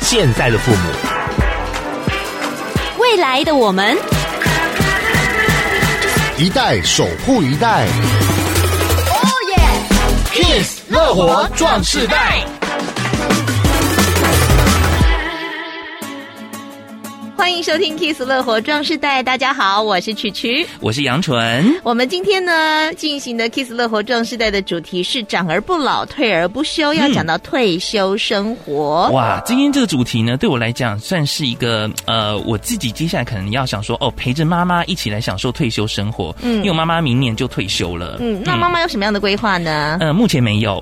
现在的父母，未来的我们，一代守护一代。 Kiss 乐活壮士代。欢迎收听《Kiss 乐活壮士代》。大家好，我是曲曲。我是杨纯，我们今天呢进行的 Kiss 乐活壮士代的主题是长而不老，退而不休，要讲到退休生活。哇，今天这个主题呢，对我来讲算是一个呃，我自己接下来可能要想说，哦，陪着妈妈一起来享受退休生活，嗯，因为我妈妈明年就退休了，嗯，那妈妈有什么样的规划呢？呃，目前没 有，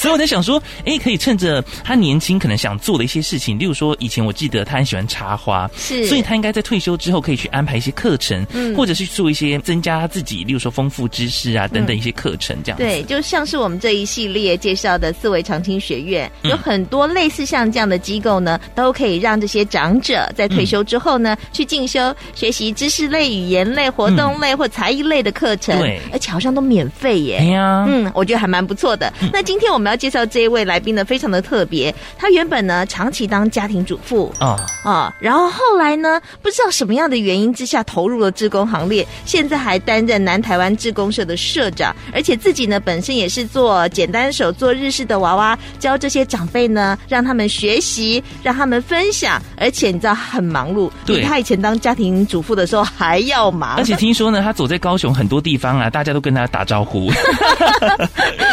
所以我在想说，哎，可以趁着他年轻，可能想做的一些事情，例如说，以前我记得他很喜欢插花，是所以他应该在退休之后可以去安排一些课程，嗯，或者是做一些增加自己，例如说丰富知识啊等等一些课程这样子。嗯对，就像是我们这一系列介绍的四维长青学院，嗯有很多类似像这样的机构呢，都可以让这些长者在退休之后呢，嗯去进修学习知识类、语言类、活动类或才艺类的课程，嗯对而且好像都免费耶。哎呀，嗯，我觉得还蛮不错的。那今天我们要介绍这一位来宾呢，非常的特别。他原本呢长期当家庭主妇啊、啊、然后后来呢，不知道什么样的原因之下投入了志工行列，现在还担任南台湾志工社的社长，而且自己呢本身也是做简单手做日式的娃娃，教这些长辈呢，让他们学习，让他们分享，而且你知道很忙碌，对比他以前当家庭主妇的时候还要忙，而且听说呢，他走在高雄很多地方啊，大家都跟他打招 呼。嗯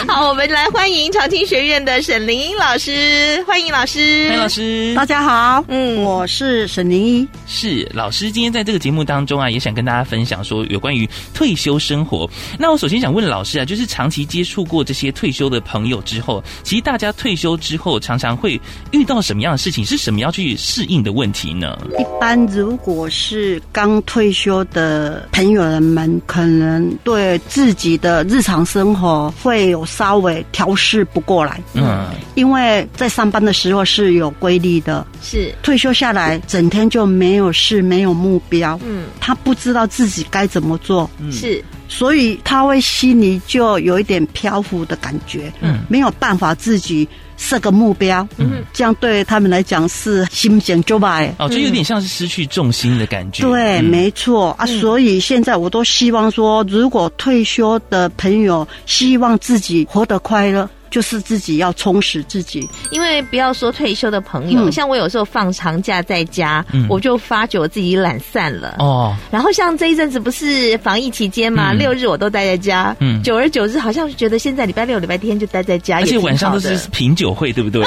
好，我们来欢迎长青学院的沈玲英老师，欢迎老师。潘哎老，师大家好，嗯我是沈凌一。是老师，今天在这个节目当中啊，也想跟大家分享说有关于退休生活。那我首先想问老师啊，就是长期接触过这些退休的朋友之后，其实大家退休之后常常会遇到什么样的事情？是什么要去适应的问题呢？一般如果是刚退休的朋友们，可能对自己的日常生活会有稍微调试不过来，嗯，因为在上班的时候是有规律的，是，退休下来整天就没有事，没有目标，嗯，他不知道自己该怎么做，嗯是，所以他会心里就有一点漂浮的感觉，嗯没有办法自己设个目标，嗯，这样对他们来讲是心情就败。哦，嗯就有点像是失去重心的感觉。对，嗯没错啊，所以现在我都希望说，如果退休的朋友希望自己活得快乐，就是自己要充实自己。因为不要说退休的朋友，嗯像我有时候放长假在家，嗯我就发觉我自己懒散了。哦，然后像这一阵子不是防疫期间嘛，嗯六日我都待在家，嗯久而久之好像觉得现在礼拜六、礼拜天就待在家，而且也挺晚上好都的是品酒会，对不对？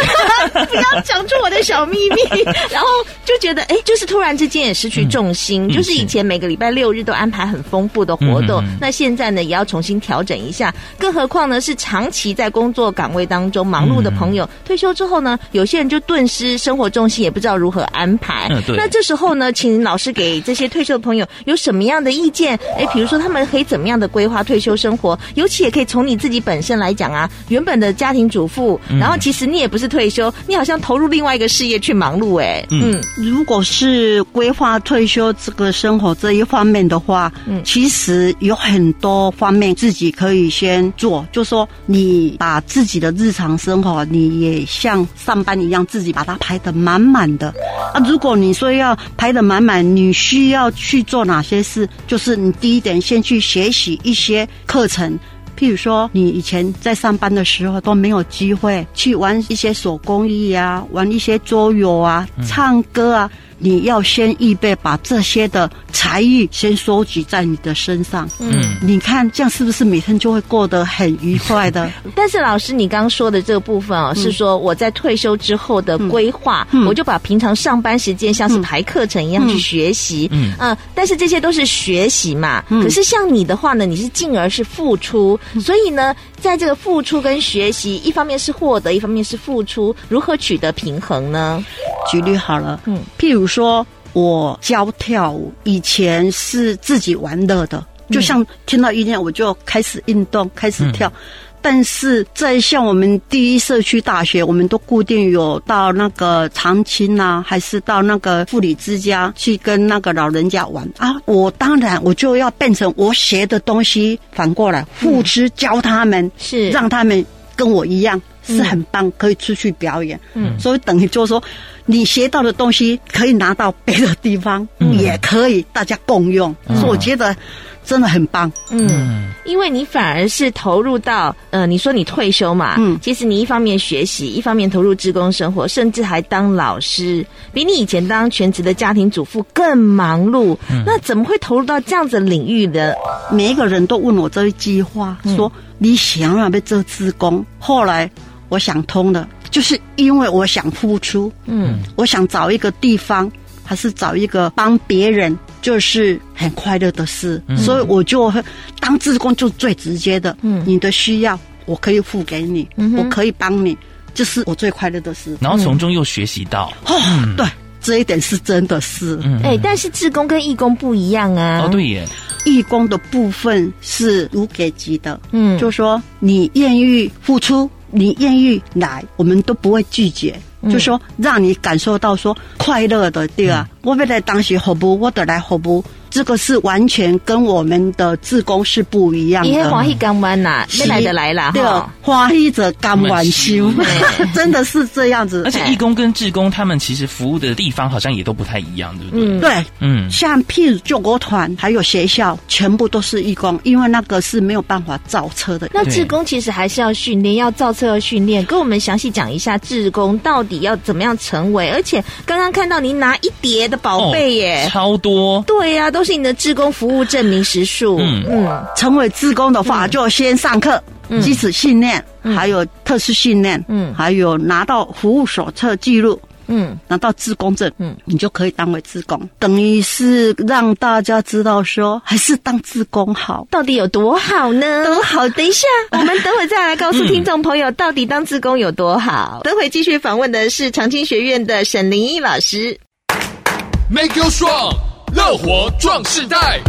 不要讲出我的小秘密。 然后就觉得，哎，就是突然之间也失去重心，嗯就是以前每个礼拜六日都安排很丰富的活动，嗯嗯嗯那现在呢也要重新调整一下。更何况呢是长期在工作岗位当中忙碌的朋嗯友，退休之后呢，有些人就顿时生活重心也不知道如何安排。嗯对那这时候呢，请老师给这些退休的朋友有什么样的意见？哎，比如说他们可以怎么样的规划退休生活？尤其也可以从你自己本身来讲啊，原本的家庭主妇，然后其实你也不是退休，你好像投入另外一个事业去忙碌、哎，嗯嗯如果是规划退休这个生活这一方面的话，嗯其实有很多方面自己可以先做，就说你把自己的日常生活，你也像上班一样，自己把它排得满满的。啊，如果你说要排得满满，你需要去做哪些事？就是你第一点，先去学习一些课程。譬如说，你以前在上班的时候都没有机会去玩一些手工艺啊，玩一些桌游啊，唱歌啊，你要先预备把这些的才艺先收集在你的身上。嗯你看这样是不是每天就会过得很愉快的？但是老师，你刚刚说的这个部分哦，是说我在退休之后的规划，嗯我就把平常上班时间像是排课程一样去学习，嗯嗯，但是这些都是学习嘛。嗯可是像你的话呢，你是进而是付出，所以呢，在这个付出跟学习，一方面是获得，一方面是付出，如何取得平衡呢？举例好了，嗯嗯，譬如说我教跳舞，以前是自己玩乐的，就像听到音乐我就开始运动，开始跳。但是在像我们第一社区大学，我们都固定有到那个长青啊，还是到那个妇女之家去跟那个老人家玩啊。我当然我就要变成我学的东西，反过来付之教他们，是让他们跟我一样。是很棒，可以出去表演。嗯，所以等于就是说，你学到的东西可以拿到别的地方，也可以大家共用。所以我觉得真的很棒。嗯，因为你反而是投入到，呃，你说你退休嘛，嗯嗯，其实你一方面学习，一方面投入职工生活，甚至还当老师，比你以前当全职的家庭主妇更忙碌。嗯那怎么会投入到这样子的领域呢？每一个人都问我这一句话，嗯说你想要被这自工。后来我想通了，就是因为我想付出，嗯我想找一个地方，还是找一个帮别人，就是很快乐的事。所以我就会当志工就最直接的，嗯你的需要我可以付给你，嗯哼我可以帮你，这是我最快乐的事。然后嗯从中又学习到，哦，对，这一点是真的是。嗯，哎、但是志工跟义工不一样啊。哦，对耶，义工的部分是无给级的，嗯就说你愿意付出，你愿意来，我们都不会拒绝。嗯就说让你感受到说快乐的，对啊，我要来当时服务，我得来服务，这个是完全跟我们的志工是不一样你很的。欢喜干完呐，没是来的来啦对啊哈。，欢喜者甘愿修甘， 真的是这样子而。且义工跟志工他们其实服务的地方好像也都不太一样，对不对？嗯，对，嗯像譬如救国团还有学校，全部都是义工，因为那个是没有办法造车的。那对志工其实还是要训练，要造册要训练。跟我们详细讲一下志工到底要怎么样成为，而且刚刚看到您拿一叠的宝贝耶。哦超多，对呀、都是你的志工服务证明时数。嗯嗯成为志工的话，就先上课、基础训练，还有特殊训练，嗯还有拿到服务手册记录。嗯拿到志工证，嗯嗯，你就可以当为志工，等于是让大家知道说，还是当志工好。到底有多好呢？多好等一下，我们等会再来告诉听众朋友，到底当志工有多好。等会继续访问的是长青学院的沈林一老师。 Make you strong，乐活壮士代。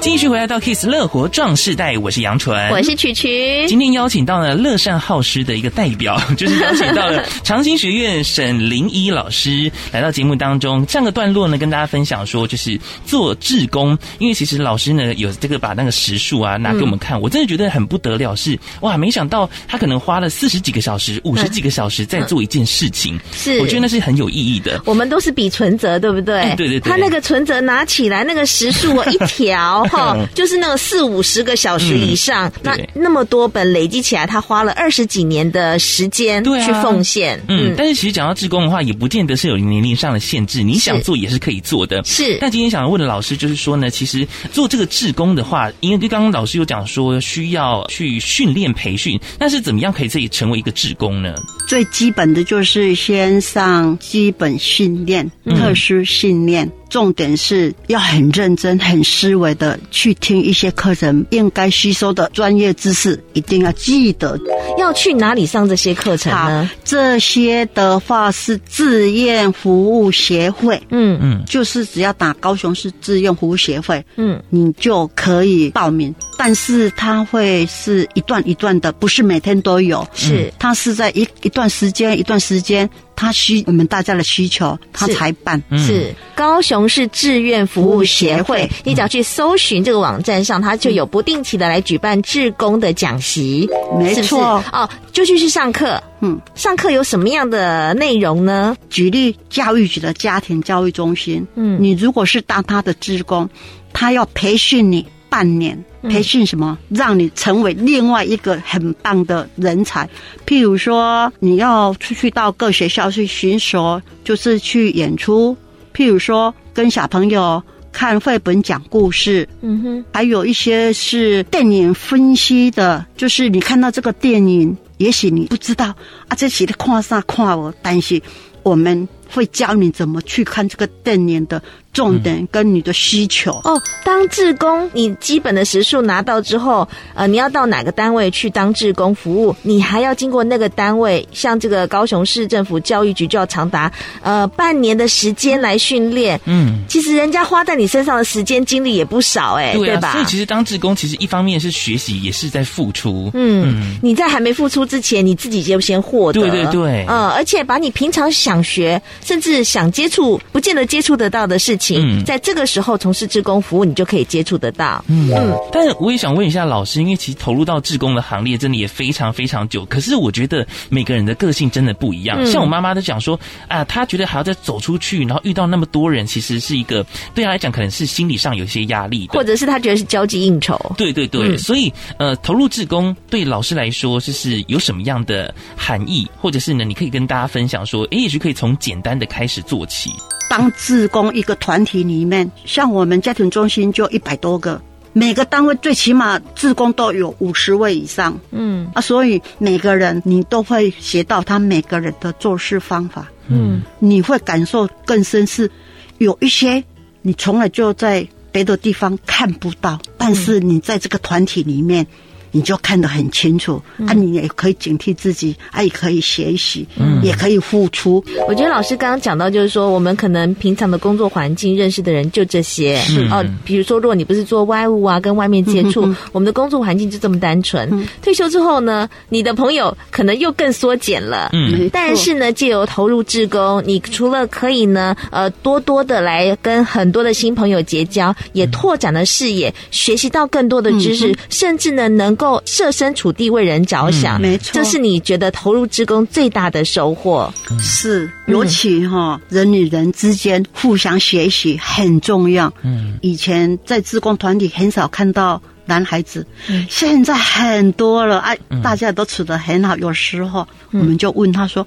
继续回来到 Kiss 乐活壮士代，我是杨纯，我是曲曲。今天邀请到了乐善好施的一个代表， 就是邀请到了长兴学院沈林一老师来到节目当中。上个段落呢，跟大家分享说，就是做志工，因为其实老师呢有这个把那个时数啊拿给我们看，我真的觉得很不得了是，哇，没想到他可能花了四十几个小时、五十几个小时在做一件事情，是我觉得那是很有意义的。我们都是比存折，对不嗯对？哎对对对他那个存折拿起来，那个时数我一 条哈，就是那个四五十个小时以上，那对那么多本累积起来，他花了二十几年的时间对啊去奉献。嗯，但是其实讲到志工的话，也不见得是有年龄上的限制，你想做也是可以做的。是但今天想要问的老师就是说呢，其实做这个志工的话，因为刚刚老师有讲说需要去训练培训，那是怎么样可以自己成为一个志工呢？最基本的就是先上基本训练、特殊训练，重点是要很认真、很思维的去听一些课程应该吸收的专业知识，一定要记得要去哪里上这些课程呢？这些的话是志愿服务协会，嗯嗯就是只要打高雄市志愿服务协会，嗯你就可以报名。但是它会是一段一段的，不是每天都有。是它是在一一段时间一段时间，它需我们大家的需求，它是才办。嗯是高雄市志愿服务协会，你只要去搜寻这个网站上，它就有不定期的来举办志工的讲习，没是不是错哦，就去去上课。嗯，上课有什么样的内容呢？举例教育局的家庭教育中心，嗯你如果是当他的职工，他要培训你半年，培训什么？让你成为另外一个很棒的人才。譬如说，你要出去到各学校去巡守，就是去演出；譬如说，跟小朋友看绘本讲故事，嗯哼，还有一些是电影分析的，就是你看到这个电影，也许你不知道啊，这写的看啥看我，但是我们会教你怎么去看这个电影的重点跟你的需求。哦，当志工，你基本的时数拿到之后，呃，你要到哪个单位去当志工服务？你还要经过那个单位，像这个高雄市政府教育局就要长达呃半年的时间来训练。嗯，其实人家花在你身上的时间精力也不少、哎，对啊。所以吧？其实当志工，其实一方面是学习，也是在付出。嗯，你在还没付出之前，你自己就先获得。呃对对对嗯，而且把你平常想学，甚至想接触不见得接触得到的事情，嗯在这个时候从事志工服务，你就可以接触得到。嗯，但我也想问一下老师，因为其实投入到志工的行列真的也非常非常久，可是我觉得每个人的个性真的不一样。嗯像我妈妈都讲说啊，她觉得还要再走出去，然后遇到那么多人，其实是一个对她来讲可能是心理上有一些压力的，或者是他觉得是交际应酬，对对对，嗯所以呃，投入志工对老师来说，就是有什么样的含义，或者是呢，你可以跟大家分享说，诶，也许可以从简单的开始做起。当志工一个团体里面，像我们家庭中心就一百多个，每个单位最起码志工都有五十位以上嗯啊，所以每个人你都会学到他每个人的做事方法，嗯你会感受更深是有一些你从来就在别的地方看不到，但是你在这个团体里面。你就看得很清楚，啊，你也可以警惕自己，啊，也可以学习，也可以付出，我觉得老师刚刚讲到，就是说我们可能平常的工作环境认识的人就这些，哦，比如说如果你不是做外务啊，跟外面接触， 我们的工作环境就这么单纯。退休之后呢，你的朋友可能又更缩减了。嗯，没错但是呢，借由投入志工，你除了可以呢，呃，多多的来跟很多的新朋友结交，也拓展了视野，学习到更多的知嗯识，甚至呢，能够设身处地为人着想。嗯没错这是你觉得投入志工最大的收获。是，尤其哈、人与人之间互相学习很重要。嗯，以前在自工团体很少看到男孩子，现在很多了啊，大家都处得很好。有时候我们就问他说：“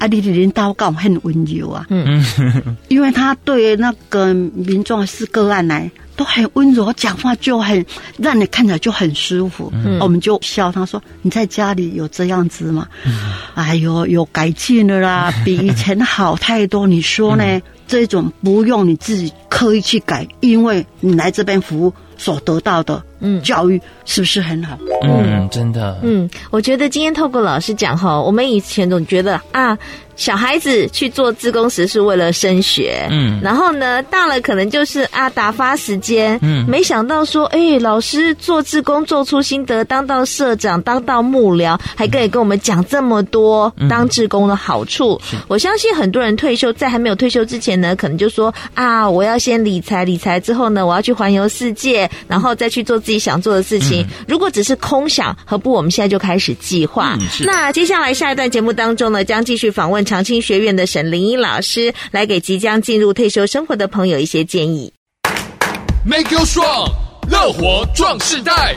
啊，你的领导干很温柔啊。”嗯， 因为他对那个民众是个案来。都很温柔，讲话就很让你看起来就很舒服。我们就笑他说：“你在家里有这样子吗？”哎呦，有改进了 啦，比以前好太多。你说呢？这种不用你自己刻意去改，因为你来这边服务所得到的嗯教育是不是很好？嗯，真的，嗯，我觉得今天透过老师讲哈，我们以前总觉得啊，小孩子去做自工时是为了升学，嗯然后呢，大了可能就是啊打发时间，嗯没想到说，哎，老师做自工做出心得，当到社长，当到幕僚，还可以跟我们讲这么多嗯当志工的好处。我相信很多人退休在还没有退休之前呢，可能就说啊，我要先理财，理财之后呢，我要去环游世界，然后再去做自己想做的事嗯情。如果只是空想，何不我们现在就开始计划？嗯是啊那接下来下一段节目当中呢，将继续访问长青学院的沈林一老师，来给即将进入退休生活的朋友一些建议。 Make you strong，乐活壮士代。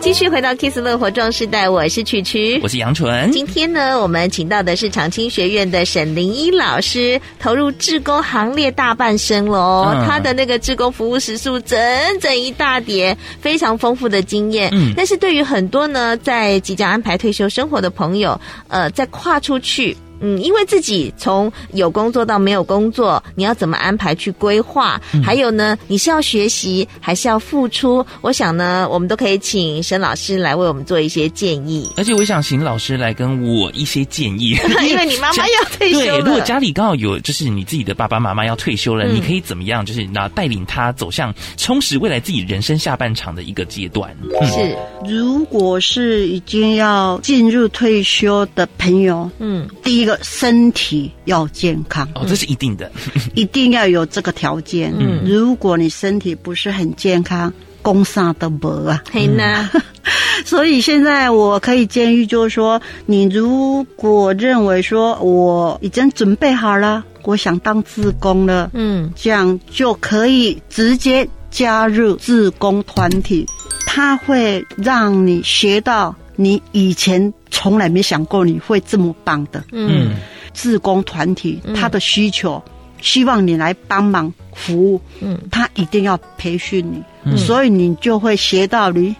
继续回到 Kiss 乐活壮时代，我是曲曲我。是杨纯。今天呢，我们请到的是长青学院的沈林一老师，投入志工行列大半生喽。嗯他的那个志工服务时数整整一大叠，非常丰富的经验。嗯但是对于很多呢，在即将安排退休生活的朋友，呃，在跨出去。嗯，因为自己从有工作到没有工作，你要怎么安排去规划？嗯还有呢，你是要学习还是要付出？我想呢，我们都可以请沈老师来为我们做一些建议。而且我也想请老师来跟我一些建议，因为你妈妈家要 退休对，了。如果家里刚好有就是你自己的爸爸妈妈要退休了，嗯你可以怎么样？就是那带领他走向充实未来自己人生下半场的一个阶段。嗯是，如果是已经要进入退休的朋友，嗯第一个身体要健康，哦，这是一定的。一定要有这个条件。嗯如果你身体不是很健康，工伤的没啊。嘿呢，所以现在我可以建议，就是说，你如果认为说我已经准备好了，我想当志工了，嗯这样就可以直接加入志工团体，它会让你学到你以前从来没想过你会这么棒的。嗯志工团体嗯他的需求，希望你来帮忙服务，嗯他一定要培训你，嗯所以你就会学到你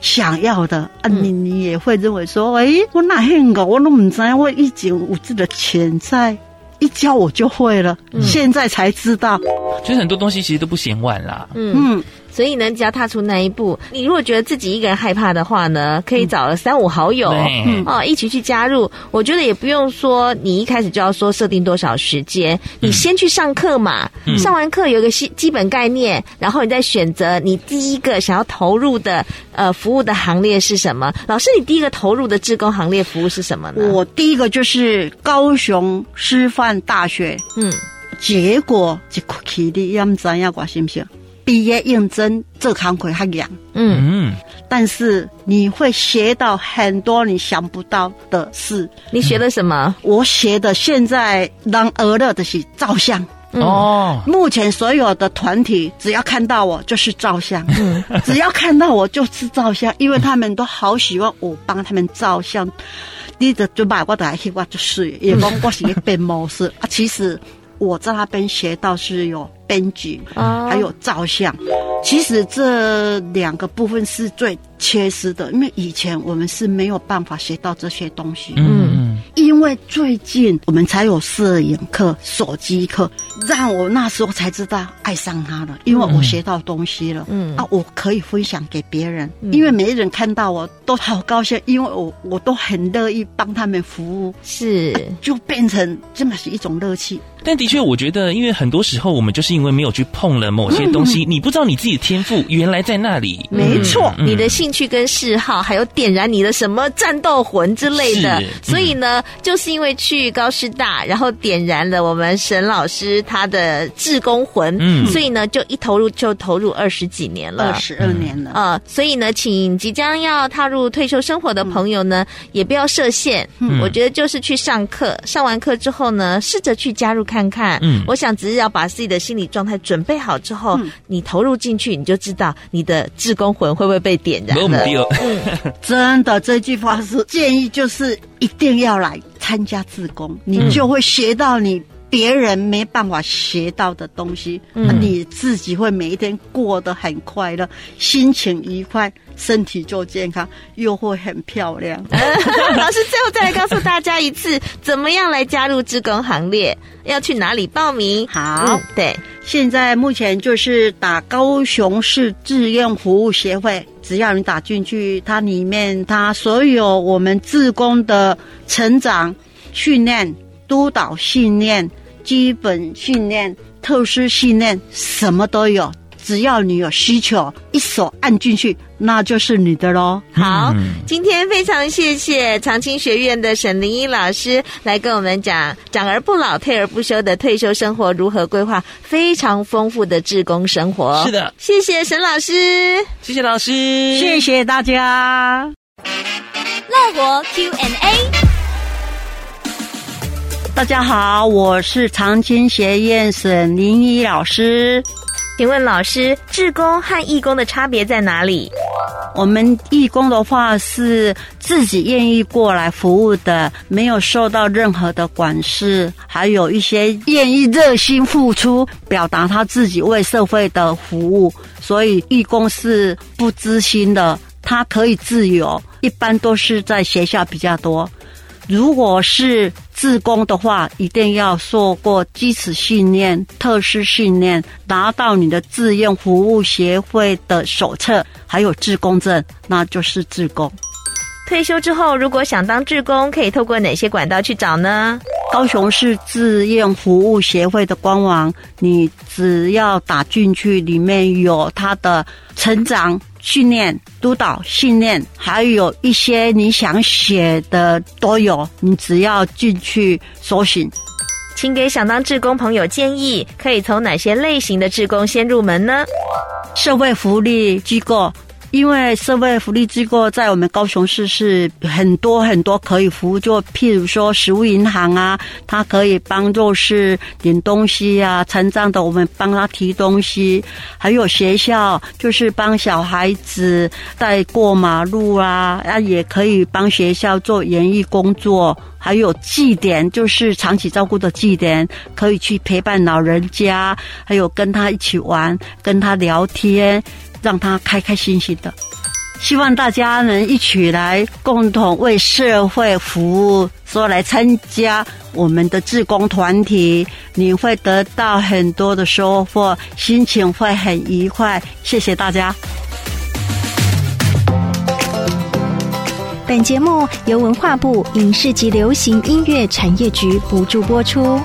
想要的啊，你你也会认为说，诶，我哪很个，我都不知道我以前有这个潜在。一教我就会了，现在才知道。就是很多东西其实都不嫌晚啦。嗯，嗯，所以呢，只要踏出那一步，你如果觉得自己一个人害怕的话呢，可以找三五好友。对嗯哦，一起去加入，我觉得也不用说你一开始就要说设定多少时间，你先去上课嘛，嗯上完课有个基基本概念，然后你再选择你第一个想要投入的呃服务的行列是什么。老师，你第一个投入的志工行列服务是什么呢？嗯我第一个就是高雄师范大学，嗯，结果一哭起你也唔知影我是不是毕业应征做工课较严，嗯，嗯，但是你会学到很多你想不到的事。你学了什么？我学的现在让俄乐的是照相。嗯哦，目前所有的团体，只要看到我就是照相，只要看到我就是照相，因为他们都好喜欢我帮他们照相。你的就买我的来翕我就是，也讲我是一个变模式啊。其实我在那边学到是有编辑，哦还有照相。其实这两个部分是最缺失的，因为以前我们是没有办法学到这些东西。嗯因为最近我们才有摄影课、手机课，让我那时候才知道爱上它了，因为我学到东西了，嗯嗯啊，我可以分享给别人，因为每一人看到我都好高兴，因为我我都很乐意帮他们服务，是，就变成真的是一种乐趣。但的确，我觉得，因为很多时候我们就是因为没有去碰了某些东西，你不知道你自己的天赋原来在那里。没错嗯你的兴趣跟嗜好，还有点燃你的什么战斗魂之类的是嗯。所以呢，就是因为去高师大，然后点燃了我们沈老师他的志工魂，嗯所以呢，就一投入就投入二十几年二了。十二年了，呃，所以呢，请即将要踏入退休生活的朋友呢，嗯也不要设限。我觉得就是去上课，上完课之后呢，试着去加入看看。嗯我想只是要把自己的心理状态准备好之后，你投入进去，你就知道你的志工魂会不会被点燃没有哦了。丢，真的这句话是建议，就是一定要来参加自工，你就会学到你别人没办法学到的东西，嗯啊你自己会每一天过得很快乐，心情愉快，身体就健康，又会很漂亮。 老师最后再来告诉大家一次，怎么样来加入志工行列，要去哪里报名？好嗯对，现在目前就是打高雄市志愿服务协会，只要你打进去，它里面它所有我们志工的成长、训练、督导训练、基本训练、特殊训练，什么都有。只要你有需求，一手按进去，那就是你的喽。好，嗯今天非常谢谢长青学院的沈玲一老师来跟我们讲“长而不老，退而不休”的退休生活如何规划，非常丰富的志工生活。是，的，谢谢沈老师。谢谢老师，谢谢大家。乐活 Q&A，大家好，我是长青学院沈林一老师。请问老师，志工和义工的差别在哪里？我们义工的话是自己愿意过来服务的，没有受到任何的管制，还有一些愿意热心付出，表达他自己为社会的服务，所以义工是不知心的，他可以自由，一般都是在学校比较多。如果是自工的话，一定要受过基础训练、特殊训练，拿到你的志愿服务协会的手册，还有志工证，那就是志工。退休之后如果想当志工，可以透过哪些管道去找呢？高雄市志愿服务协会的官网，你只要打进去，里面有它的成长训练、督导训练，还有一些你想写的都有，你只要进去搜寻。请给想当志工朋友建议，可以从哪些类型的志工先入门呢？社会福利机构，因为社会福利机构在我们高雄市是很多很多可以服务，就譬如说食物银行啊，它可以帮助是领东西啊，残障的我们帮他提东西，还有学校就是帮小孩子带过马路啊，啊也可以帮学校做园艺工作。还有祭典，就是长期照顾的祭典，可以去陪伴老人家，还有跟他一起玩，跟他聊天，让他开开心心的。希望大家能一起来共同为社会服务，说来参加我们的志工团体，你会得到很多的收获，心情会很愉快。谢谢大家。本节目由文化部影视及流行音乐产业局补助播出。